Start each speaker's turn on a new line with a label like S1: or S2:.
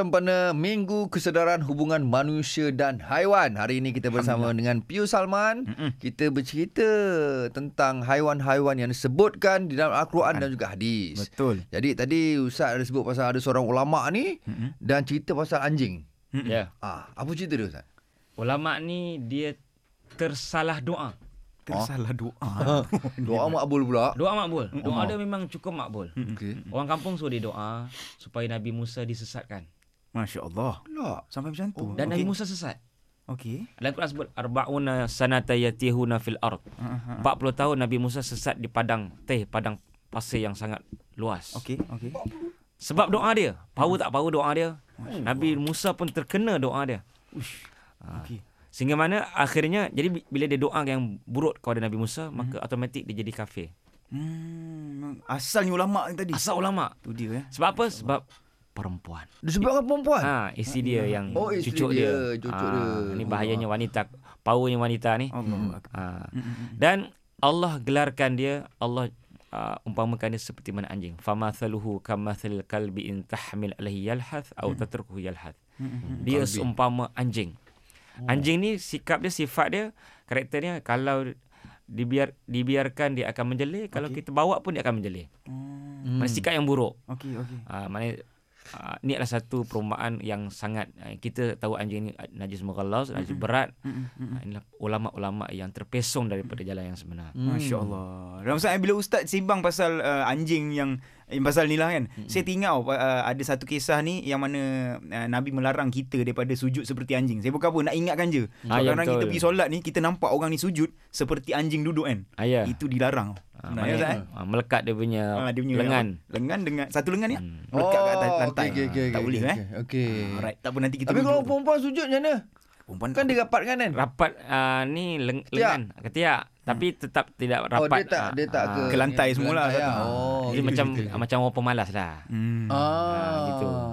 S1: sempena Minggu Kesedaran Hubungan Manusia dan Haiwan. Hari ini kita bersama dengan Piu Salman.
S2: Hmm.
S1: Mm-mm. Kita bercerita tentang haiwan-haiwan yang disebutkan di dalam Al-Quran dan juga hadis.
S2: Betul.
S1: Jadi tadi Ustaz ada sebut pasal ada seorang ulama ni mm-hmm. dan cerita pasal anjing.
S3: Ya.
S1: Ah, apa cerita dia Ustaz?
S3: Ulama ni dia tersalah doa.
S2: Tersalah doa.
S1: Ha. Doa makbul pula.
S3: Doa makbul. Doa dia memang cukup makbul.
S2: Hmm.
S1: Okey.
S3: Orang kampung suruh dia doa supaya Nabi Musa disesatkan.
S2: Masya Allah.
S1: Pula.
S2: Sampai macam tu.
S3: Dan Nabi Musa sesat.
S2: Okey.
S3: Dalam Quran sebut arbauna sanata yatihuna fil ard.
S2: Uh-huh.
S3: 40 tahun Nabi Musa sesat di padang teh, padang pasir yang sangat luas.
S2: Okey. Okey.
S3: Sebab doa dia. Power tak power doa dia. Nabi Musa pun terkena doa dia.
S2: Ush. Okey.
S3: Sehingga mana akhirnya jadi bi- bila dia doa yang buruk kepada Nabi Musa, maka automatik dia jadi kafir.
S2: Hmm, asalnya ulama ni tadi.
S3: Asal ulama.
S2: tu dia eh.
S3: Sebab apa? Sebab perempuan.
S1: Disebabkan perempuan.
S2: Ah,
S3: Ha, isteri dia yang
S1: Oh, isteri
S3: cucuk
S1: dia,
S3: dia. Ha,
S1: cucuk dia.
S3: Ini bahayanya wanita, powernya wanita ni.
S2: Allah.
S3: Ha. Dan Allah gelarkan dia, Allah uh, umpamakan dia seperti mana anjing. Famathaluhu kamathal kalbi in tahmil alaihi yalhath
S1: Hmm.
S3: au tatrukuhu yalhath. Dia seumpama anjing.
S1: Oh.
S3: Anjing ni sikap dia, sifat dia, karakternya kalau dibiar dibiarkan dia akan menjelek, kalau kita bawa pun dia akan menjelek.
S2: Hmm.
S3: Hmm. Sikap yang buruk.
S2: Okey, okey.
S3: Uh, mana uh, ni adalah satu perumpamaan yang sangat uh, kita tahu anjing ni uh, najis mughallas, najis berat.
S2: Mm-mm, mm-mm.
S3: Uh, inilah ulama-ulama yang terpesong daripada jalan yang sebenar.
S1: Hmm.
S2: Masya Allah Ramzan Hmm. eh, bila Ustaz sembang pasal uh, anjing yang eh, Pasal ni lah kan hmm. Saya tinggal uh, ada satu kisah ni Yang mana uh, Nabi melarang kita daripada sujud seperti anjing Saya bukan apa nak ingatkan je Sebab
S3: Ah, ya,
S2: kadang-kadang kita
S3: betul.
S2: pergi solat ni Kita nampak orang ni sujud Seperti anjing duduk kan
S3: Ah, ya.
S2: Itu dilarang Sebenarnya,
S3: Ah, mana-
S2: Ustaz, eh?
S3: ah, melekat dia punya,
S2: Ah, dia punya
S3: lengan.
S2: Lengan dengan Satu lengan ni
S3: Hmm.
S2: hmm. Melekat kat atas lantai
S1: Oh, Okey, okey, okey.
S2: Tak boleh
S1: okey,
S2: eh
S1: Okey.
S2: Alright, tak apa nanti kita
S1: Tapi
S2: rujuk
S1: kalau
S2: tu.
S1: perempuan sujud macam mana?
S2: perempuan
S1: Kan dia rapat kan kan?
S3: Rapat ah, ni leng- lengan, ketiak. Tapi tetap tidak
S1: Oh,
S3: rapat. Ah,
S1: dia tak dia tak ke
S2: ke lantai semula
S1: Ke lantai,
S2: satu.
S1: ah. Oh.
S3: Jadi macam macam orang pemalas lah.
S2: hmm.
S1: Ah,
S3: Ah, gitu.